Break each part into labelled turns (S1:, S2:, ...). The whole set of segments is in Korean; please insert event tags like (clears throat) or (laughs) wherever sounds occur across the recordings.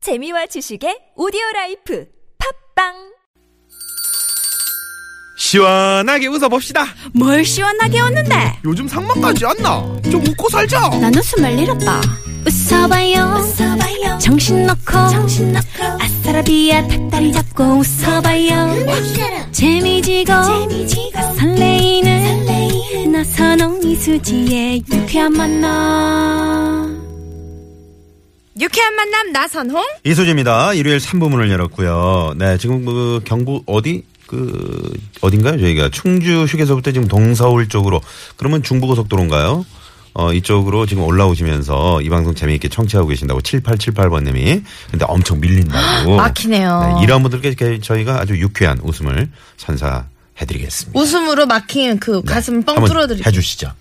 S1: 재미와 지식의 오디오 라이프 팝빵
S2: 시원하게 웃어봅시다.
S3: 뭘 시원하게 웃는데
S2: 요즘 상만까지 안 나. 좀 웃고 살자.
S3: 난 웃음을 잃었다 웃어봐요, 웃어봐요. 정신 놓고 아싸라비아 닭다리 잡고 웃어봐요 재미지고, 설레이는, 나선홍 이수지의 유쾌한 만남
S4: 유쾌한 만남 나선홍
S5: 이수지입니다. 일요일 3부문을 열었고요. 네, 지금 그 경북 어디 그 어딘가요? 저희가 충주 휴게소부터 지금 동서울 쪽으로 그러면 중부고속도로인가요? 어, 이쪽으로 지금 올라오시면서 이 방송 재미있게 청취하고 계신다고 7878번님이 근데 엄청 밀린다고
S4: (gasps) 막히네요.
S5: 네, 이런 분들께 이렇게 저희가 아주 유쾌한 웃음을 선사해드리겠습니다.
S4: 웃음으로 막히는 그 가슴 뻥
S5: 네. 한번
S4: 뚫어드리고 (clears throat)
S5: 해주시죠.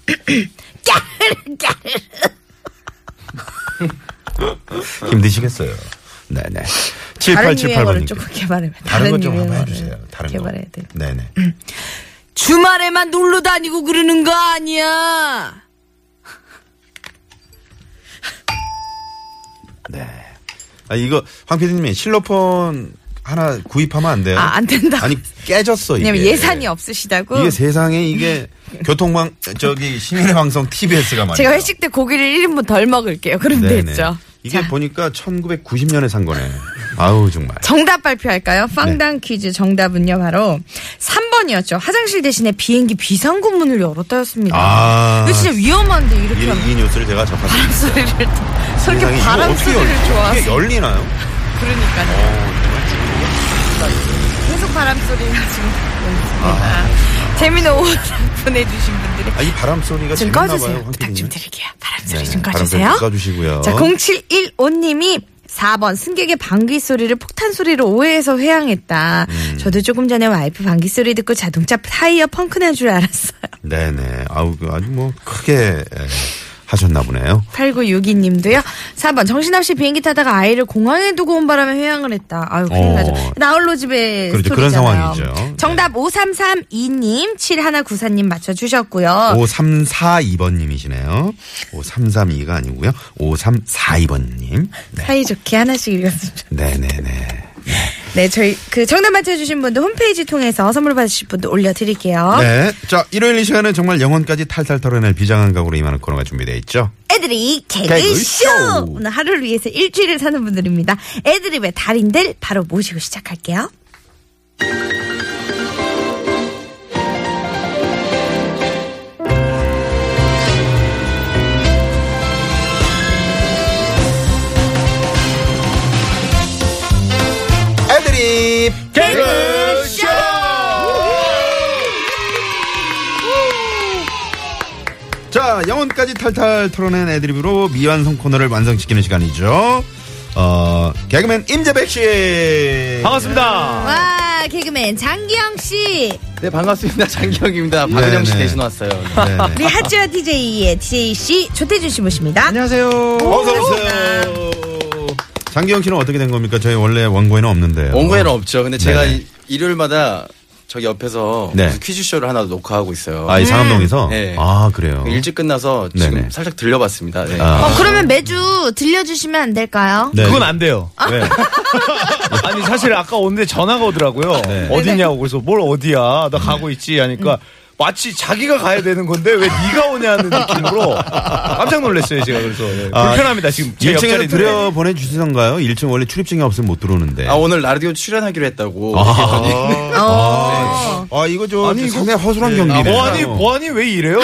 S5: 힘드시겠어요. 네네.
S4: 다른 유행어를
S5: 7878번님께.
S4: 조금 개발해봐
S5: 다른 것 좀 한번 해주세요. 다른 거.
S4: 개발해야 돼
S5: 네네.
S4: 주말에만 놀러 다니고 그러는 거 아니야
S5: 아, 이거 황 PD님이 실로폰 하나 구입하면 안 돼요?
S4: 아, 안 된다고
S5: 아니 깨졌어 이게.
S4: 왜냐면 예산이 없으시다고
S5: 이게 세상에
S4: (laughs)
S5: 이게 교통방 저기 시민의 방송 TBS가 말이야.
S4: 제가 회식 때 고기를 1인분 덜 먹을게요 그럼
S5: 네네.
S4: 됐죠
S5: 이게
S4: 자,
S5: 보니까 1990년에 산 거네. 아우 정말.
S4: 정답 발표할까요?
S5: 네.
S4: 빵당 퀴즈 정답은요 바로 3번이었죠 화장실 대신에 비행기 비상구 문을 열었다였습니다
S5: 아.
S4: 이거 진짜 위험한데
S5: 이,
S4: 이렇게 하면
S5: 이 뉴스를 제가 접하셨어요.
S4: 소리를 저렇게
S5: 세상에 이거
S4: 바람
S5: 어떻게
S4: 소리를
S5: 열리죠?
S4: 좋아하세요
S5: 이게 열리나요?
S4: 그러니까요.
S5: 어,
S4: 계속 바람 소리가 지금 들리고 있습니다. 재미는 오후 보내주신 분들이
S5: 아, 이 바람 소리가 아.
S4: 좀
S5: 재밌나
S4: 꺼주세요.
S5: 봐요, 황
S4: 부탁 좀
S5: PD님.
S4: 드릴게요. 바람 소리
S5: 네,
S4: 좀
S5: 바람 소리
S4: 꺼주세요.
S5: 좀 꺼주시고요.
S4: 자, 0715님이 4번 승객의 방귀 소리를 폭탄 소리로 오해해서 회항했다.
S5: 음.
S4: 저도 조금 전에 와이프 방귀 소리 듣고 자동차 타이어 펑크 난 줄 알았어요.
S5: 네네. 아우 그 아주 뭐 크게 에, 하셨나 보네요.
S4: 8962님도요. 4번 정신없이 비행기 타다가 아이를 공항에 두고 온 바람에 회항을 했다. 아유 큰일
S5: 어.
S4: 나죠. 나홀로 집에
S5: 그렇죠.
S4: 스토리잖아요.
S5: 그런 상황이죠. 네.
S4: 정답 5332님, 7194님 맞춰주셨고요.
S5: 5342번님이시네요. 5332가 아니고요. 5342번님. 네.
S4: 사이좋게 하나씩 읽었습니다.
S5: 네네네.
S4: 네, 저희 그 정답 맞춰주신 분들 홈페이지 통해서 선물 받으실 분들 올려드릴게요.
S5: 네. 자, 일요일 이 시간은 정말 영혼까지 탈탈 털어낼 비장한 각오로 임하는 코너가 준비되어 있죠.
S4: 애들이 개그쇼!
S5: 개그쇼!
S4: 오늘 하루를 위해서 일주일을 사는 분들입니다. 애드립의 달인들 바로 모시고 시작할게요.
S5: 애들이 개그쇼! 자, 영혼까지 탈탈 털어낸 애드립으로 미완성 코너를 완성시키는 시간이죠. 어, 개그맨 임재백 씨.
S6: 반갑습니다.
S4: 와, 개그맨 장기영씨.
S6: 네, 반갑습니다. (laughs) 장기혁입니다. 박은영 씨
S5: 네네.
S6: 대신 왔어요.
S5: 네네.
S4: 우리 하지와 DJ의 DJ씨 조태준씨 모십니다.
S6: 안녕하세요.
S5: 어서오세요. 장기영 씨는 어떻게 된 겁니까? 저희 원래 원고에는 없는데요.
S6: 원고에는 없죠. 근데 제가
S5: 네네.
S6: 이- 일요일마다 저기 옆에서
S5: 네.
S6: 무슨 퀴즈쇼를 하나 녹화하고 있어요.
S5: 아, 이 상암동에서?
S6: 네.
S5: 아, 그래요.
S6: 일찍 끝나서 지금
S5: 네네.
S6: 살짝 들려봤습니다. 네.
S5: 아.
S4: 어, 그러면 매주 들려주시면 안 될까요?
S5: 네.
S7: 그건 안 돼요.
S6: 아.
S5: 왜?
S7: 아니 사실 아까 오는데 전화가 오더라고요.
S5: 네.
S7: 어디냐고 그래서 뭘 어디야? 나 가고 있지
S4: 음.
S7: 하니까 마치 자기가 가야 되는 건데 왜 네가 오냐는 느낌으로 깜짝 놀랐어요 제가 그래서 네.
S5: 아,
S7: 불편합니다 지금 제
S5: 1층에
S7: 옆자리인데.
S5: 들여 보내주시던가요? 1층 원래 출입증이 없으면 못 들어오는데.
S6: 아, 오늘 라디오 출연하기로 했다고.
S5: 네. (laughs) 아,
S4: 어.
S5: 아, 아, 이거 저
S7: 아니, 이거-
S5: 상당히 허술한 네,
S6: 네.
S5: 경기네.
S7: 아, 보안이 보안이
S5: (laughs)
S7: 왜 이래요?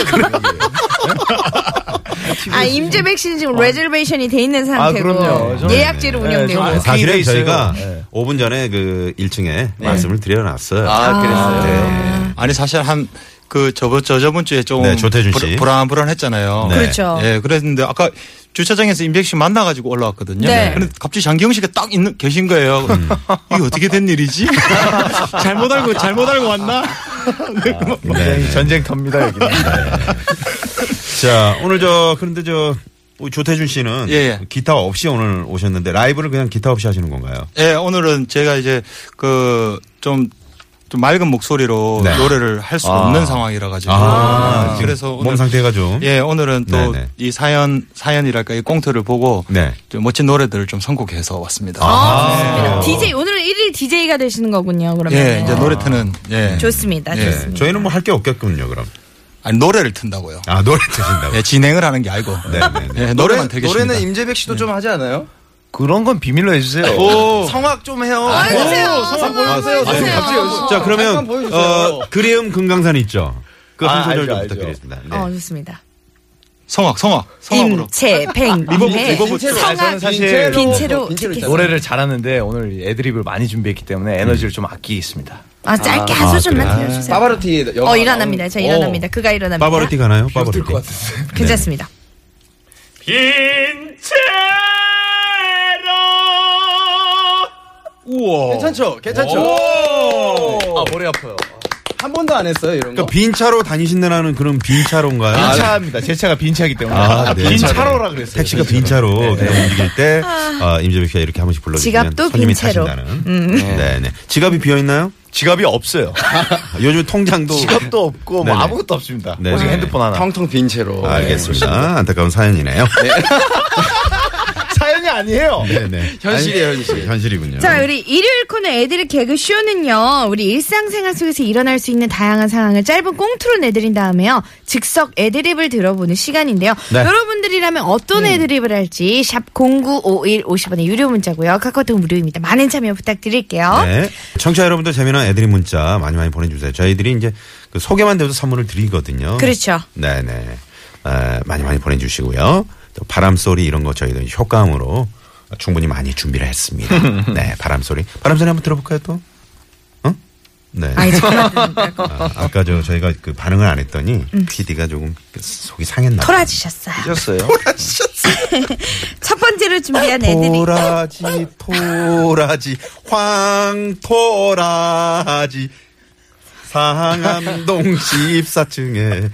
S4: 아, 임재백 씨는 지금 레저베이션이 돼 있는 상태고
S7: 그럼요. 저는-
S4: 예약제로 운영되고
S7: 저는-
S5: 사실은
S7: 기대돼 있어요.
S5: 저희가
S7: 네.
S5: 5분 전에 그 1층에 말씀을 드려놨어요.
S6: 아, 그랬어요.
S8: 아니 사실 한 그 저번 저 저번 주에 좀
S5: 네, 조태준 씨.
S8: 불- 불안불안했잖아요.
S5: 네.
S4: 그렇죠.
S8: 예, 그랬는데 아까 주차장에서 임백 씨 만나가지고 올라왔거든요.
S4: 네.
S8: 근데 갑자기 장기영 씨가 딱 있는 계신 거예요.
S5: 음.
S8: (laughs) 이게 어떻게
S5: (laughs)
S8: 된 일이지? 잘못 알고 잘못 알고 왔나?
S5: 네.
S7: 굉장히 네, 전쟁터입니다 여기.
S5: 자, 오늘 저, 그런데 저, 우리 조태준 씨는
S8: 예, 예.
S5: 기타 없이 오늘 오셨는데 라이브를 그냥 기타 없이 하시는 건가요?
S8: 예, 오늘은 제가 이제 그 좀 좀 맑은 목소리로
S5: 네.
S8: 노래를 할 수
S5: 아.
S8: 없는 상황이라 가지고
S5: 아, 지금
S8: 그래서
S5: 몸
S8: 오늘
S5: 상태가 좀.
S8: 예 오늘은 또
S5: 네네.
S8: 이 사연 사연이랄까 이 꽁트를 보고
S5: 네.
S8: 좀 멋진 노래들을 좀 선곡해서 왔습니다.
S5: 아.
S8: 네.
S4: 좋습니다. DJ 아, 오늘은 1일 DJ가 되시는 거군요. 그러면
S8: 예 이제 노래 트는 예
S4: 좋습니다.
S8: 예.
S4: 좋습니다.
S5: 저희는 뭐 할 게 없겠군요, 그럼.
S8: 아니 노래를 튼다고요.
S5: 아, 노래 드신다고.
S8: 예 진행을 하는 게 아니고
S5: 네네네.
S8: 예, 노래만 되겠습니다.
S6: 노래는 임재백 씨도 좀 하지 않아요?
S7: 그런 건 비밀로 해주세요. 아,
S6: 성악 좀 해요.
S4: 보세요. 보세요.
S5: 아, 네.
S4: 보세요.
S5: 자,
S6: 잠깐
S5: 그러면,
S6: 보여주세요.
S5: 어, 그리움 금강산 있죠? 그 한
S7: 아,
S5: 소절
S7: 알죠,
S5: 좀
S7: 알죠.
S5: 부탁드리겠습니다. 네.
S4: 어, 좋습니다.
S8: 성악 성악 성악으로
S4: 임채팽 임해. 성악
S7: 저는 사실
S4: 빈 채로
S7: 노래를 잘하는데 오늘 애드립을 많이 준비했기 때문에
S5: 음.
S7: 에너지를 좀 아끼고 있습니다.
S4: 아 짧게 한 소절만 들려주세요.
S6: 파바로티 영화
S4: 어 일어납니다. 저 일어납니다. 그가 일어납니다.
S5: 빠바로티 가나요? 빠바로티.
S4: 괜찮습니다.
S6: 괜찮죠? 괜찮죠?
S7: 아 머리 아파요.
S6: 한 번도 안 했어요 이런 거.
S5: 그러니까 빈차로 다니신다는 그런
S7: 아, 네.
S5: 빈차로인가요?
S7: 빈차입니다. 제 차가 빈차이기 때문에
S5: 아, 네.
S7: 빈차로라 그랬어요.
S5: 택시가 빈차로 그냥 움직일 때 아, 임재백 씨가 이렇게 한 번씩 불러주시면
S4: 지갑도
S5: 손님이
S4: 빈차로. 음.
S5: 타신다는. 네, 네. 지갑이 비어 있나요?
S7: 지갑이 없어요.
S5: 요즘 통장도
S7: 지갑도 없고 뭐
S5: 네네.
S7: 아무것도 없습니다.
S5: 네네.
S7: 오직 핸드폰 하나.
S6: 텅텅 빈 채로.
S5: 알겠습니다. 안타까운 사연이네요.
S7: 사연이 아니에요.
S5: 네, 네.
S6: 현실이에요,
S5: 아니,
S6: 현실.
S5: 현실이군요.
S4: 자, 우리 일요일 코너 애들의 개그 쇼는요, 우리 일상생활 속에서 일어날 수 있는 다양한 상황을 짧은 꽁트로 내드린 다음에요, 즉석 애드립을 들어보는 시간인데요.
S5: 네.
S4: 여러분들이라면 어떤 애드립을 할지, 샵 0951 50원의 유료 문자고요. 카카오톡 무료입니다. 많은 참여 부탁드릴게요.
S5: 네. 청취자 여러분들 재미난 애드립 문자 많이 많이 보내주세요. 저희들이 이제 그 소개만 돼도 선물을 드리거든요.
S4: 그렇죠.
S5: 네네. 에, 많이 많이 보내주시고요. 또 바람 소리 이런 거 저희도 효과음으로 충분히 많이 준비를 했습니다.
S4: (laughs)
S5: 네, 바람 소리. 바람 소리 한번 들어볼까요 또? 응? 네.
S4: 아이, 잠깐만.
S5: 아, 아까 저 저희가 그 반응을 안 했더니
S4: 음.
S5: PD가 조금 속이 상했나 봐요.
S4: (laughs) 토라지셨어요.
S7: 잊었어요.
S4: (laughs) 첫 번째로 준비한 애드립.
S5: 토라지 토라지 황토라지 상암동 14층에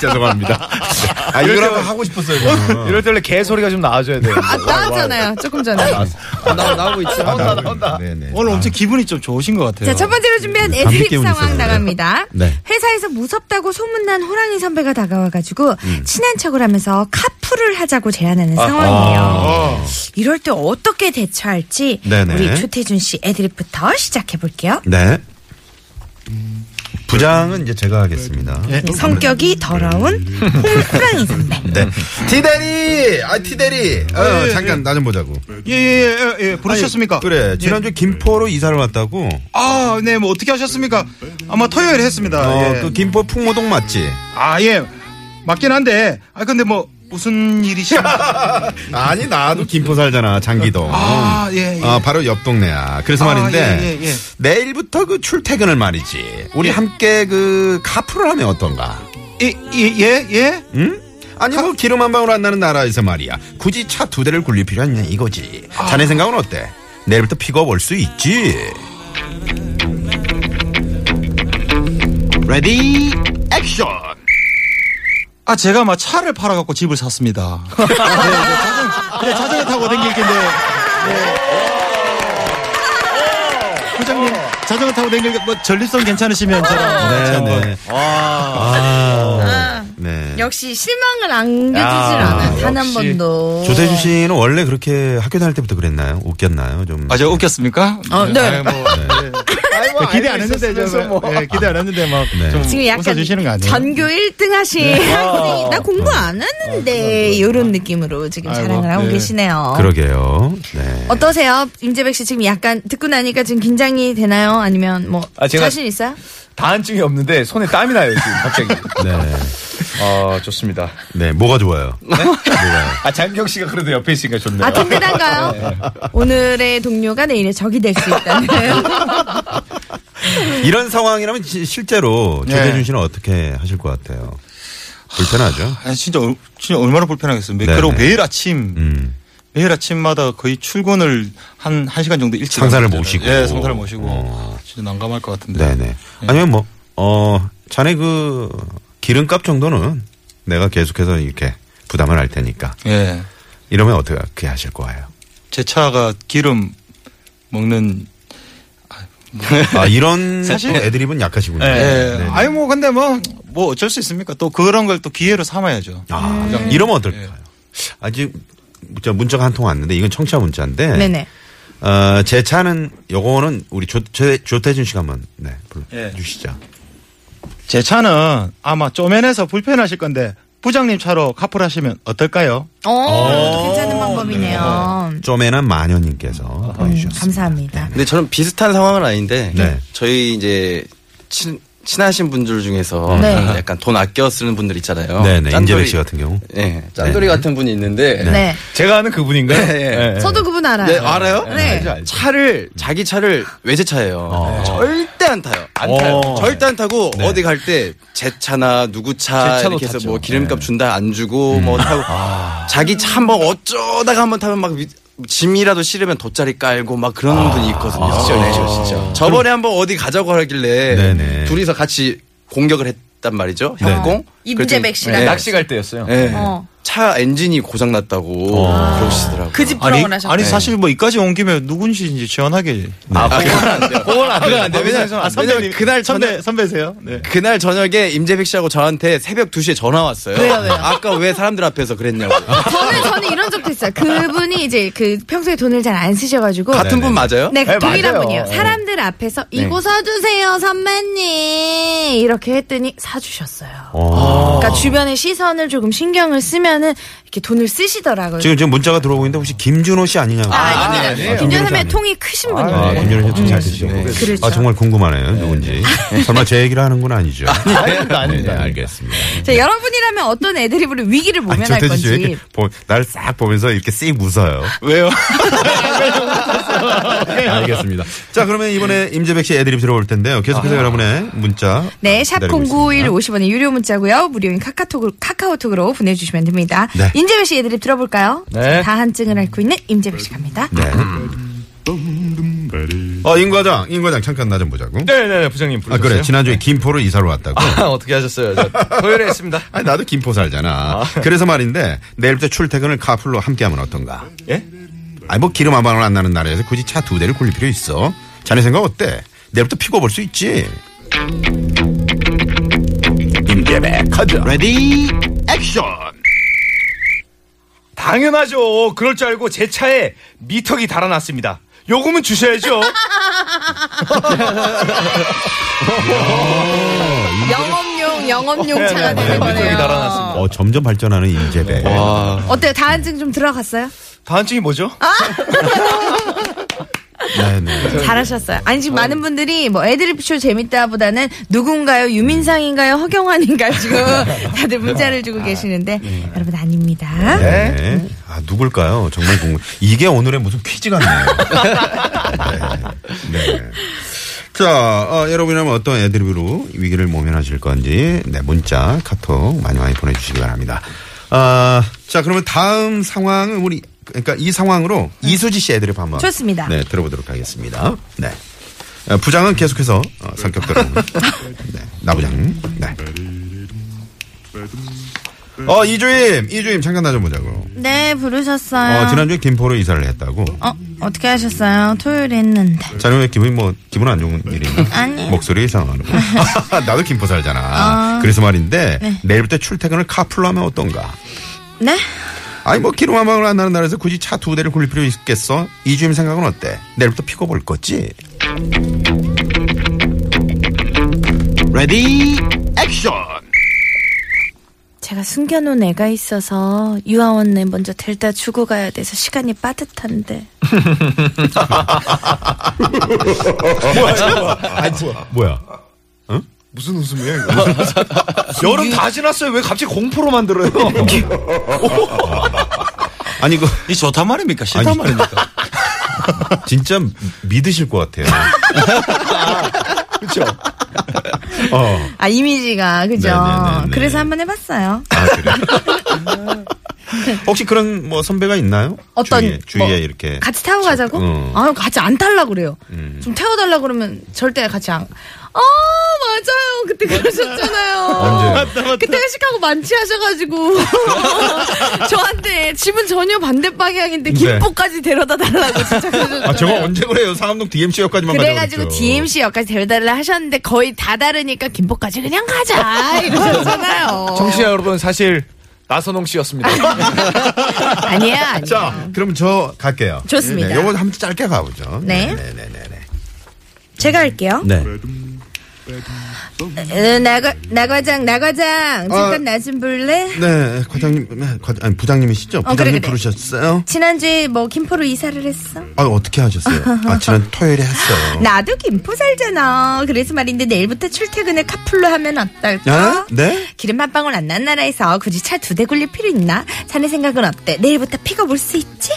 S5: 죄송합니다. 아 이걸 한번 하고 싶었어요. 저는.
S7: (laughs) 이럴 때 원래 개소리가 좀 나와줘야 돼요.
S4: 아, 나왔잖아요. 조금 전에.
S5: 그
S6: 나, 나오고
S5: 아,
S6: 있죠.
S7: 나온다, 나온다.
S5: 네네.
S8: 오늘 엄청 기분이 좀 좋으신 것 같아요.
S4: 자, 첫 번째로 준비한
S5: 네,
S4: 애드립
S5: 밤늦게 오는
S4: 상황
S5: 있어요.
S4: 나갑니다.
S5: 네.
S4: 회사에서 무섭다고 소문난 호랑이 선배가 다가와가지고
S5: 음.
S4: 친한 척을 하면서 카풀을 하자고 제안하는 상황이에요.
S8: 아.
S4: 이럴 때 어떻게 대처할지
S5: 네네.
S4: 우리 조태준 씨 애드립부터 시작해 볼게요.
S5: 네. 부장은 이제 제가 하겠습니다.
S4: 네. 성격이
S5: 음.
S4: 더러운 호-
S5: (laughs)
S4: 호랑이 선배.
S5: 네. 티대리, 아 티대리. 어, 잠깐 나 좀 보자고.
S8: 예예예 예, 예, 부르셨습니까?
S5: 그래. 지난주 에 김포로 이사를 왔다고.
S8: 아, 네, 뭐 어떻게 하셨습니까? 아마 토요일에 했습니다.
S5: 어,
S8: 예.
S5: 그 김포 풍모동 맞지?
S8: 아, 예. 맞긴 한데. 아, 근데 뭐 무슨 일이십니까? (laughs)
S5: 아니 나도 김포 살잖아 장기동.
S8: 아, 예, 예.
S5: 아, 바로 옆 동네야. 그래서
S8: 아,
S5: 말인데
S8: 예, 예, 예.
S5: 내일부터 그 출퇴근을 말이지. 우리 함께 그 카풀을 하면 어떤가?
S8: 예, 예, 예, 예?
S5: 응? 아니 뭐 기름 한 방울 안 나는 나라에서 말이야. 굳이 차 두 대를 굴릴 필요 있냐 이거지.
S8: 아.
S5: 자네 생각은 어때? 내일부터 픽업 올 수 있지. 레디 액션.
S8: 아, 제가 막 차를 팔아 갖고 집을 샀습니다. 네, 네, 자전, 그냥 자전거 타고 댕길 텐데. 네. 부장님, 자전거 타고 댕길 게 뭐 전립선 괜찮으시면 제가 뭐
S5: 네네. 아. 네.
S4: 역시 실망을 안겨주질
S7: 아,
S4: 않아요. 단 한
S7: 역시.
S4: 번도.
S5: 조세준 씨는 원래 그렇게 학교 다닐 때부터 그랬나요? 웃겼나요? 좀.
S8: 아, 제가 웃겼습니까?
S4: 어, 네.
S8: 아이, 뭐, 예.
S7: 뭐
S8: 기대 안 했는데, 저, 뭐. 예, 기대 안 했는데, 막,
S5: 네.
S8: 좀
S4: 지금 약간
S8: 웃어주시는 거 아니에요? 네. 어.
S4: 전교 1등 하신 학생이 나 공부 안 하는데 이런 느낌으로 지금
S8: 아, 뭐. 아이고,
S4: 자랑을 하고
S8: 네.
S4: 계시네요.
S5: 그러게요. 네.
S4: 어떠세요? 임재백 씨 지금 약간 듣고 나니까 지금 긴장이 되나요? 아니면 뭐
S7: 아, 제가-
S4: 자신 있어요?
S7: 다한증이 없는데 손에 땀이 나요 지금 갑자기.
S5: 네.
S7: 아 좋습니다.
S5: 네, 뭐가 좋아요?
S7: 아 장경 씨가 그래도 옆에 있으니까 좋네요.
S4: 아, 동대단가요? 오늘의 동료가 내일의 적이 될 수 있다는.
S5: 이런 상황이라면 지- 실제로
S8: 네.
S5: 조대준 씨는 어떻게 하실 것 같아요? 불편하죠?
S8: 아, 진짜, 얼- 진짜 얼마나 불편하겠어요. 그리고
S5: 네네.
S8: 매일 아침,
S5: 음.
S8: 매일 아침마다 거의 출근을 한, 한 시간 정도 일찍.
S5: 상사를
S8: 하잖아요.
S5: 모시고.
S8: 예, 상사를 모시고.
S5: 어.
S8: 진짜 난감할 것 같은데.
S5: 네네. 아니면 뭐, 어, 자네 그 기름값 정도는 내가 계속해서 이렇게 부담을 할 테니까.
S8: 예.
S5: 이러면 어떻게 하실 거예요?
S8: 제 차가 기름 먹는, 아,
S5: 아, 이런
S8: 사실-
S5: 또 애드립은 약하시군요.
S7: 예.
S8: 예.
S5: 네.
S8: 아니 뭐 근데 뭐 뭐 어쩔 수 있습니까? 또 그런 걸 또 기회로 삼아야죠. 음. 네.
S5: 아, 이러면 어떨까요? 아직 문자, 문자가 한 통 왔는데 이건 청취자 문자인데.
S4: 네네.
S5: 어, 제 차는 요거는 우리 조, 태- 조태준 씨가 한번 네, 불러 주시죠.
S8: 제 차는 아마 쪼맨해서 불편하실 건데 부장님 차로 카풀하시면 어떨까요?
S4: 어, 괜찮은 방법이네요. 음,
S5: 쪼매난 마녀님께서 보내주셨습니다.
S4: 감사합니다.
S6: 근데 저는 비슷한 상황은 아닌데
S5: 네.
S6: 저희 이제 친, 친하신 분들 중에서
S4: 네.
S6: 약간 돈 아껴 쓰는 분들 있잖아요.
S5: 음. 네네.
S6: 짠돌이-
S5: 인재배 씨 같은 경우.
S6: 예, 짠돌이
S5: 네.
S6: 같은 분이 있는데
S4: 네.
S7: 제가 아는 그분인가요?
S6: 예, 예.
S7: 예, 예.
S4: 저도 그분 알아요.
S6: 네, 알아요?
S4: 네.
S5: 알죠, 알죠.
S6: 차를 자기 차를 외제차예요. 절대 안 타요. 안 타요.
S7: 어.
S6: 절대 안 타고 어디 갈 때 제 차나 누구 차
S7: 제 차도
S6: 이렇게 해서
S7: 탔죠. 네. 음. 아.
S6: 뭐 기름값 준다 안 주고 뭐 타고 자기 차 한번 어쩌다가 한번 타면 막 위- 짐이라도 실으면 돗자리 깔고 막 그런
S7: 아.
S6: 분이 있거든요.
S7: 그렇죠,
S6: 진짜. 저번에 한번 어디 가자고 하길래
S5: 네네.
S6: 둘이서 같이 공격을 했단 말이죠. 협공.
S4: 임재백 씨랑
S6: 예.
S7: 네. 낚시 갈 때였어요.
S6: 예.
S4: 어.
S6: 차 엔진이 고장 났다고
S7: 어.
S6: 그러시더라고요.
S4: 그 집
S8: 아니,
S4: 부러워하셨어요.
S8: 아니 사실 뭐 이까지 온 김에 누군지인지 제안하게.
S6: 아, 그건 안 돼요. 그건 안 돼요. 안 돼요. 왜냐면,
S8: 아,
S6: 왜냐면
S8: 선배님
S6: 그날 저녁
S8: 선배 선배세요? 네.
S6: 그날 저녁에 임재백 씨하고 저한테 새벽 2시에 전화 왔어요.
S4: 왜요, 왜요?
S6: 아까 왜 사람들 앞에서 그랬냐고.
S7: (laughs) 네,
S4: 아, 저는 저는 이런 적도 있어요. 그분이 이제 그 평소에 돈을 잘 안 쓰셔가지고
S6: 같은 분 맞아요?
S4: 네,
S7: 네,
S4: 동일한
S7: 맞아요.
S4: 분이에요. 사람들 앞에서 이거 사주세요, 선배님 이렇게 했더니 사주셨어요.
S5: 어.
S4: 그러니까 주변의 시선을 조금 신경을 쓰면은 이렇게 돈을 쓰시더라고요.
S5: 지금 지금 문자가 들어오고 있는데 혹시 김준호 씨 아니냐고.
S4: 아, 아닙니다. 김준호 선배
S5: 아니에요.
S4: 통이 크신 분이에요.
S5: 아, 김준호 씨잘 드시죠.
S4: 그렇죠.
S5: 아, 정말 궁금하네요. 누군지. 설마 제 얘기를 하는 건 아니죠.
S7: 아닙니다, 아닙니다.
S5: 네, 알겠습니다.
S4: 자, 여러분이라면 어떤 애드립으로 위기를
S5: 아니,
S4: 모면할
S5: 조태준 씨, 왜 이렇게
S4: 건지.
S5: 보- 날싹 보면서 이렇게 씩 웃어요. (laughs)
S8: 왜요?
S5: 네, 알겠습니다. 자, 그러면 이번에 임재백 씨 애드립 들어올 텐데요. 계속해서 여러분의 문자.
S4: 네, 샵
S5: 기다리고
S4: 0951
S5: 있습니다.
S4: 50원의 유료 문자고요. 무료인 카카오톡으로, 카카오톡으로 보내주시면 됩니다.
S5: 네.
S4: 임재배 씨 애드립 들어볼까요?
S7: 네.
S4: 다한증을 앓고 있는 임재배 씨 갑니다.
S5: 네. 어, 임과장, 임과장 잠깐 나 좀 보자고.
S7: 네네네 부장님
S5: 아,
S7: 부르셨어요.
S5: 그래. 지난주에 김포로 이사를 왔다고.
S7: 어떻게 하셨어요? 저 토요일에 했습니다.
S5: 아니, 나도 김포 살잖아. 그래서 말인데, 내일부터 출퇴근을 카풀로 함께 하면 어떤가?
S7: 예?
S5: 아니, 뭐 기름 한 방울 안 나는 나라에서 굳이 차 두 대를 굴릴 필요 있어. 자네 생각 어때? 내일부터 피고 볼 수 있지. 임재백, 가자. 레디, 액션!
S7: 당연하죠. 그럴 줄 알고 제 차에 미터기 달아놨습니다.
S5: (laughs)
S7: 요금은 주셔야죠.
S4: 영업용, 영업용
S5: 네,
S4: 차가 되는
S7: 미터기
S4: 거네요.
S7: 달아놨습니다.
S5: 어, 점점 발전하는 임재백.
S4: 어때요? 다한증 좀 들어갔어요?
S7: 다한증이 뭐죠?
S4: 아.
S5: 네네.
S4: 잘하셨어요. 아니, 지금 많은 분들이 뭐 애드립쇼 재밌다 보다는 누군가요? 유민상인가요? 허경환인가요?
S5: (laughs)
S4: 지금 다들 문자를
S5: 아,
S4: 주고 계시는데. 여러분, 아닙니다.
S5: 네. 아, 누굴까요? 정말 궁금. 이게 오늘의 무슨 퀴즈 같네요. 네. 네. 자, 어, 여러분이라면 어떤 애드립으로 위기를 모면하실 건지, 네, 문자, 카톡 많이 많이 보내주시기 바랍니다. 아, 자, 그러면 다음 상황은 우리, 그러니까 이 상황으로 이수지 씨 애드립 한번.
S4: 네. 좋습니다.
S5: 네, 들어보도록 하겠습니다. 네. 어, 부장은 계속해서 어,
S4: (laughs)
S5: 성격대로. 네, 나부장. 네. 어, 이주임, 이주임, 잠깐 나 좀 보자고.
S4: 네, 부르셨어요.
S5: 어, 지난주에 김포로 이사를 했다고.
S4: 어, 어떻게 하셨어요? 토요일에 했는데.
S5: 자녀의 기분이 뭐, 기분 안 좋은 일이
S4: (laughs) 아니요.
S5: 목소리 이상하고.
S4: (laughs)
S5: 나도 김포 살잖아. 그래서 말인데, 내일부터 출퇴근을 카풀로 하면 어떤가?
S4: 네?
S5: 아니, 뭐, 기름 한 방울 안 나는 나라에서 굳이 차 두 대를 굴릴 필요 있겠어? 이주임 생각은 어때? 내일부터 픽업 올 거지? 레디, 액션!
S3: 제가 숨겨놓은 애가 있어서 유아원에 네 먼저 데려다 주고 가야 돼서 시간이 빠듯한데
S5: 아, 뭐야?
S7: 무슨 웃음이에요? 이거? 여름 다 지났어요. 왜 갑자기
S5: (laughs)
S7: 공포로 만들어요?
S5: 아니, 그,
S8: 이 좋단 말입니까? 싫단
S5: 아니.
S8: 말입니까?
S5: 진짜 믿으실 것 같아요. (laughs)
S7: 그렇죠.
S5: 어.
S4: 아, 이미지가, 그죠?
S5: 네네네네.
S4: 그래서 한번 해봤어요.
S5: 아, 그래요? (laughs) 혹시 그런 뭐 선배가 있나요?
S4: 어떤,
S5: 주위에, 주위에
S4: 뭐,
S5: 이렇게
S4: 같이 타고 가자고?
S5: 어.
S4: 음. 아, 같이 안 탈라 그래요. 좀 태워달라 그러면 절대 같이 안, 어 맞아요 그때 그러셨잖아요. 그때가 시카고 만취하셔가지고 (laughs) 저한테 집은 전혀 반대 방향인데 김포까지 데려다 달라고 진짜 네. 그러셨잖아요.
S5: 아, 저거 언제 그래요? 상암동 DMC역까지만 가자고
S4: 그래가지고
S5: 그랬죠.
S4: DMC 역까지 데려달라 하셨는데 거의 다 다르니까 김포까지 그냥 가자 이러셨잖아요.
S7: 청취자 여러분 사실 나선홍
S6: (laughs)
S7: 씨였습니다.
S4: 아니야 아니야.
S5: 자, 그럼 저 갈게요.
S4: 좋습니다.
S5: 네, 요거 한번 짧게 가보죠.
S4: 네.
S5: 네, 네, 네, 네.
S4: 제가 할게요.
S5: 네.
S4: 어, 나과 나과장 나과장
S5: 아.
S4: 잠깐 나 좀 볼래?
S5: 네, 과장님, 네, 과, 아니, 부장님이시죠?
S4: 어, 그래,
S5: 부장님
S4: 그래.
S5: 부르셨어요?
S4: 지난주에 뭐 김포로 이사를 했어?
S5: 아, 어떻게
S4: (laughs)
S5: 하셨어요? 아, 지난 토요일에 했어요.
S4: 나도 김포 살잖아. 그래서 말인데 내일부터 출퇴근을 카풀로 하면 어떨까?
S5: 아, 네?
S4: 기름 한 방울 안 난 나라에서 굳이 차 두 대 굴릴 필요 있나? 자네 생각은 어때? 내일부터 픽업 올 수 있지?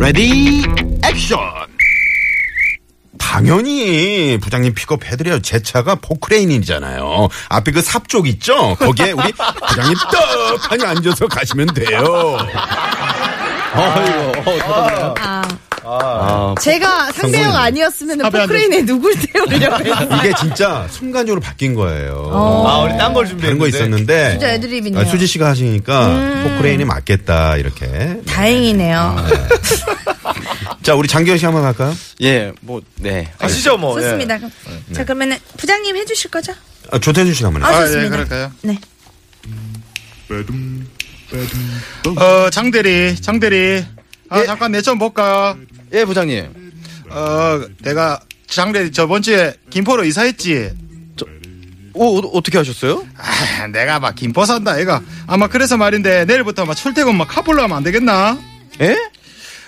S5: 레디 액션 당연히 부장님 픽업해드려요. 제 차가 포크레인이잖아요. 앞에 그 삽쪽 있죠? 거기에 우리 부장님 떡하니 앉아서 가시면 돼요.
S4: 제가 상대형 아니었으면 포크레인에 누굴 태우려고
S5: 이게 진짜 순간적으로 바뀐 거예요.
S7: 아 우리 딴 걸
S5: 다른 거
S7: 준비했는데.
S5: 있었는데
S4: 어. 진짜 애드립이네요. 음.
S5: 아, 수지 씨가 하시니까 포크레인이 맞겠다 이렇게.
S4: 다행이네요.
S5: 자 우리 장기현 씨 한번 갈까요?
S6: 예, 뭐, 네.
S7: 아시죠 뭐. 예.
S4: 좋습니다. 그럼 자 그러면은 부장님 해주실 거죠?
S5: 아, 조태준 씨가 한번. 해요.
S4: 아,
S8: 아,
S4: 좋습니다.
S8: 예, 그럴까요?
S4: 네.
S8: 어, 장대리, 장대리. 아, 잠깐 내 좀 볼까?
S6: 예, 부장님.
S8: 어, 내가 장대리 저번 주에 김포로 이사했지.
S6: 오, 어, 어떻게 하셨어요?
S8: 아, 내가 막 김포 산다 이거. 아마 그래서 말인데 내일부터 막 출퇴근 막 카풀로 하면 안 되겠나?
S6: 예?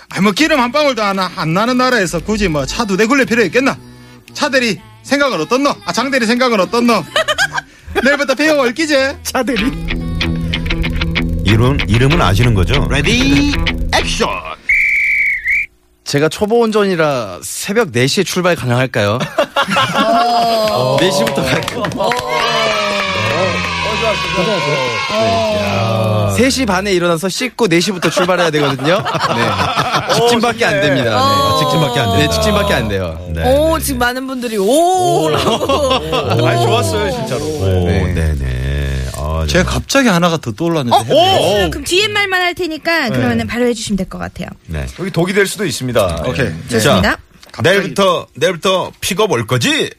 S8: 아, 뭐 기름 한 방울도 안, 나- 안 나는 나라에서 굳이 뭐 차 두 대 굴릴 필요 있겠나? 차 대리 생각은 어떻노? 아, 장 대리 생각은 어떻노? (laughs) 내일부터 배워 얽기지?
S5: 이름 이름은 아시는 거죠? 네.
S6: 레디 액션. 제가 초보 운전이라 새벽 4시에 출발 가능할까요?
S4: 어.
S6: 4시부터 갈게요. 네.
S4: 어.
S6: 3시 반에 일어나서 씻고 4시부터 출발해야 되거든요. 네. 직진밖에 안 됩니다.
S4: 어.
S6: 네.
S5: 아, 직진밖에 안
S6: 네,
S5: 된다.
S6: 직진밖에 안 돼요.
S5: 네.
S4: 오 지금 많은 분들이 오라고.
S7: 아 좋았어요 진짜로.
S5: 오,
S6: 네.
S5: 네네. 아,
S8: 제가 갑자기 하나가 더 떠올랐는데.
S4: 그럼 뒤에 말만 할 테니까 그러면은 바로 해주시면 될 것 같아요.
S5: 네.
S7: 여기 독이 될 수도 있습니다.
S8: 오케이.
S4: 좋습니다.
S5: 자, 내일부터 내일부터 픽업 올 거지?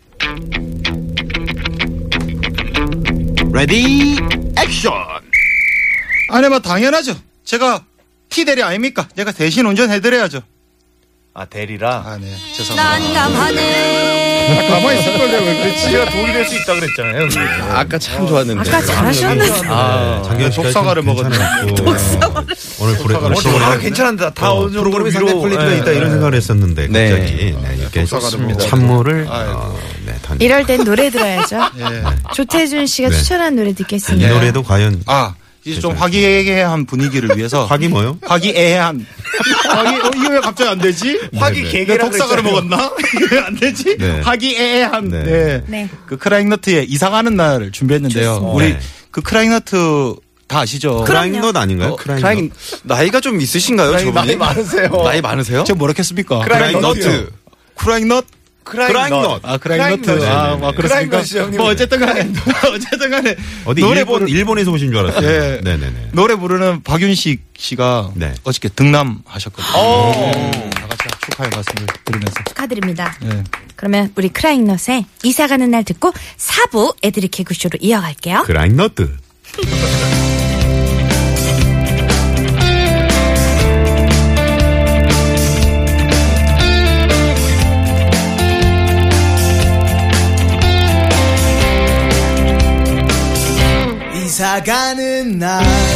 S6: 레디 액션.
S8: 아니 뭐 당연하죠. 제가 티 대리 아닙니까? 내가 대신 운전해드려야죠.
S7: 아 대리라.
S8: 아 네 죄송합니다.
S4: 난감하네.
S8: 가만히 있을 걸요
S4: 네.
S7: 제가 독이 될 수 있다 그랬잖아요.
S6: 아까 참
S5: 네.
S6: 좋았는데. 어,
S4: 아까 잘하셨는데.
S5: 아, 장기현 씨가
S8: 독사과를
S5: 좀
S8: 네, 먹었네.
S5: 괜찮았고.
S8: (laughs)
S5: 오늘 고래 오늘
S7: 아
S5: 프로그램-
S7: 괜찮다. 다
S5: 어,
S7: 어느 정도
S5: 프로그램이 상대 퀄리티가
S7: 예.
S5: 있다 이런 생각을 했었는데
S6: 네.
S5: 갑자기
S8: 아,
S5: 네, 이렇게
S8: 독사과를 아,
S5: 찬물을 어, 네, 던.
S3: 이럴 땐 노래
S5: (laughs)
S3: 들어야죠.
S8: 예.
S3: 조태준 씨가 추천한 노래
S5: 네. 이
S3: 듣겠습니다.
S5: 노래도 과연
S3: 어.
S8: 아 이제 좀
S5: 죄송해요.
S8: (laughs) 화기애애한 분위기를 위해서
S5: 화기 뭐요?
S8: 화기애애한. 화기 어, 이거 왜 갑자기 안 되지?
S5: 화기
S8: 개개 독사가를 먹었나? (laughs) 이게 안 되지?
S5: 네.
S8: 화기애애한.
S5: 네.
S8: 네.
S4: 네.
S8: 그 크라잉너트의 이사가는 날을 준비했는데요. 우리
S5: 네.
S8: 그 크라잉너트 다 아시죠?
S5: 크라잉 넛 아닌가요?
S6: 어, 크라잉 나이가 좀 있으신가요, 저분이?
S7: 나이 많으세요.
S6: 나이 많으세요?
S8: 제가 뭐라 했습니까?
S5: 크라잉 너트.
S8: 크라잉넛?
S5: 크라잉 넛.
S8: 아, 크라잉너트.
S5: 크라잉넛.
S8: 아, 아, 그렇습니까?
S7: 크라잉넛이요, 형님.
S8: 뭐, 어쨌든 간에, (laughs) 어쨌든 간에.
S5: 어디
S8: 노래
S5: 일본
S8: 부르-
S5: 일본에서 오신 줄 알았어요.
S8: 예.
S5: 네, 네, 네.
S8: 노래 부르는 박윤식 씨가
S5: 네.
S8: 어저께 등남 하셨거든요. 네, 다 같이 축하의 말씀을 드리면서.
S3: 축하드립니다.
S8: 네.
S3: 그러면 우리 크라잉넛의 이사 가는 날 듣고 4부 애들이 개구쇼로 이어갈게요.
S5: 크라잉 너트.
S9: 이사 가는 날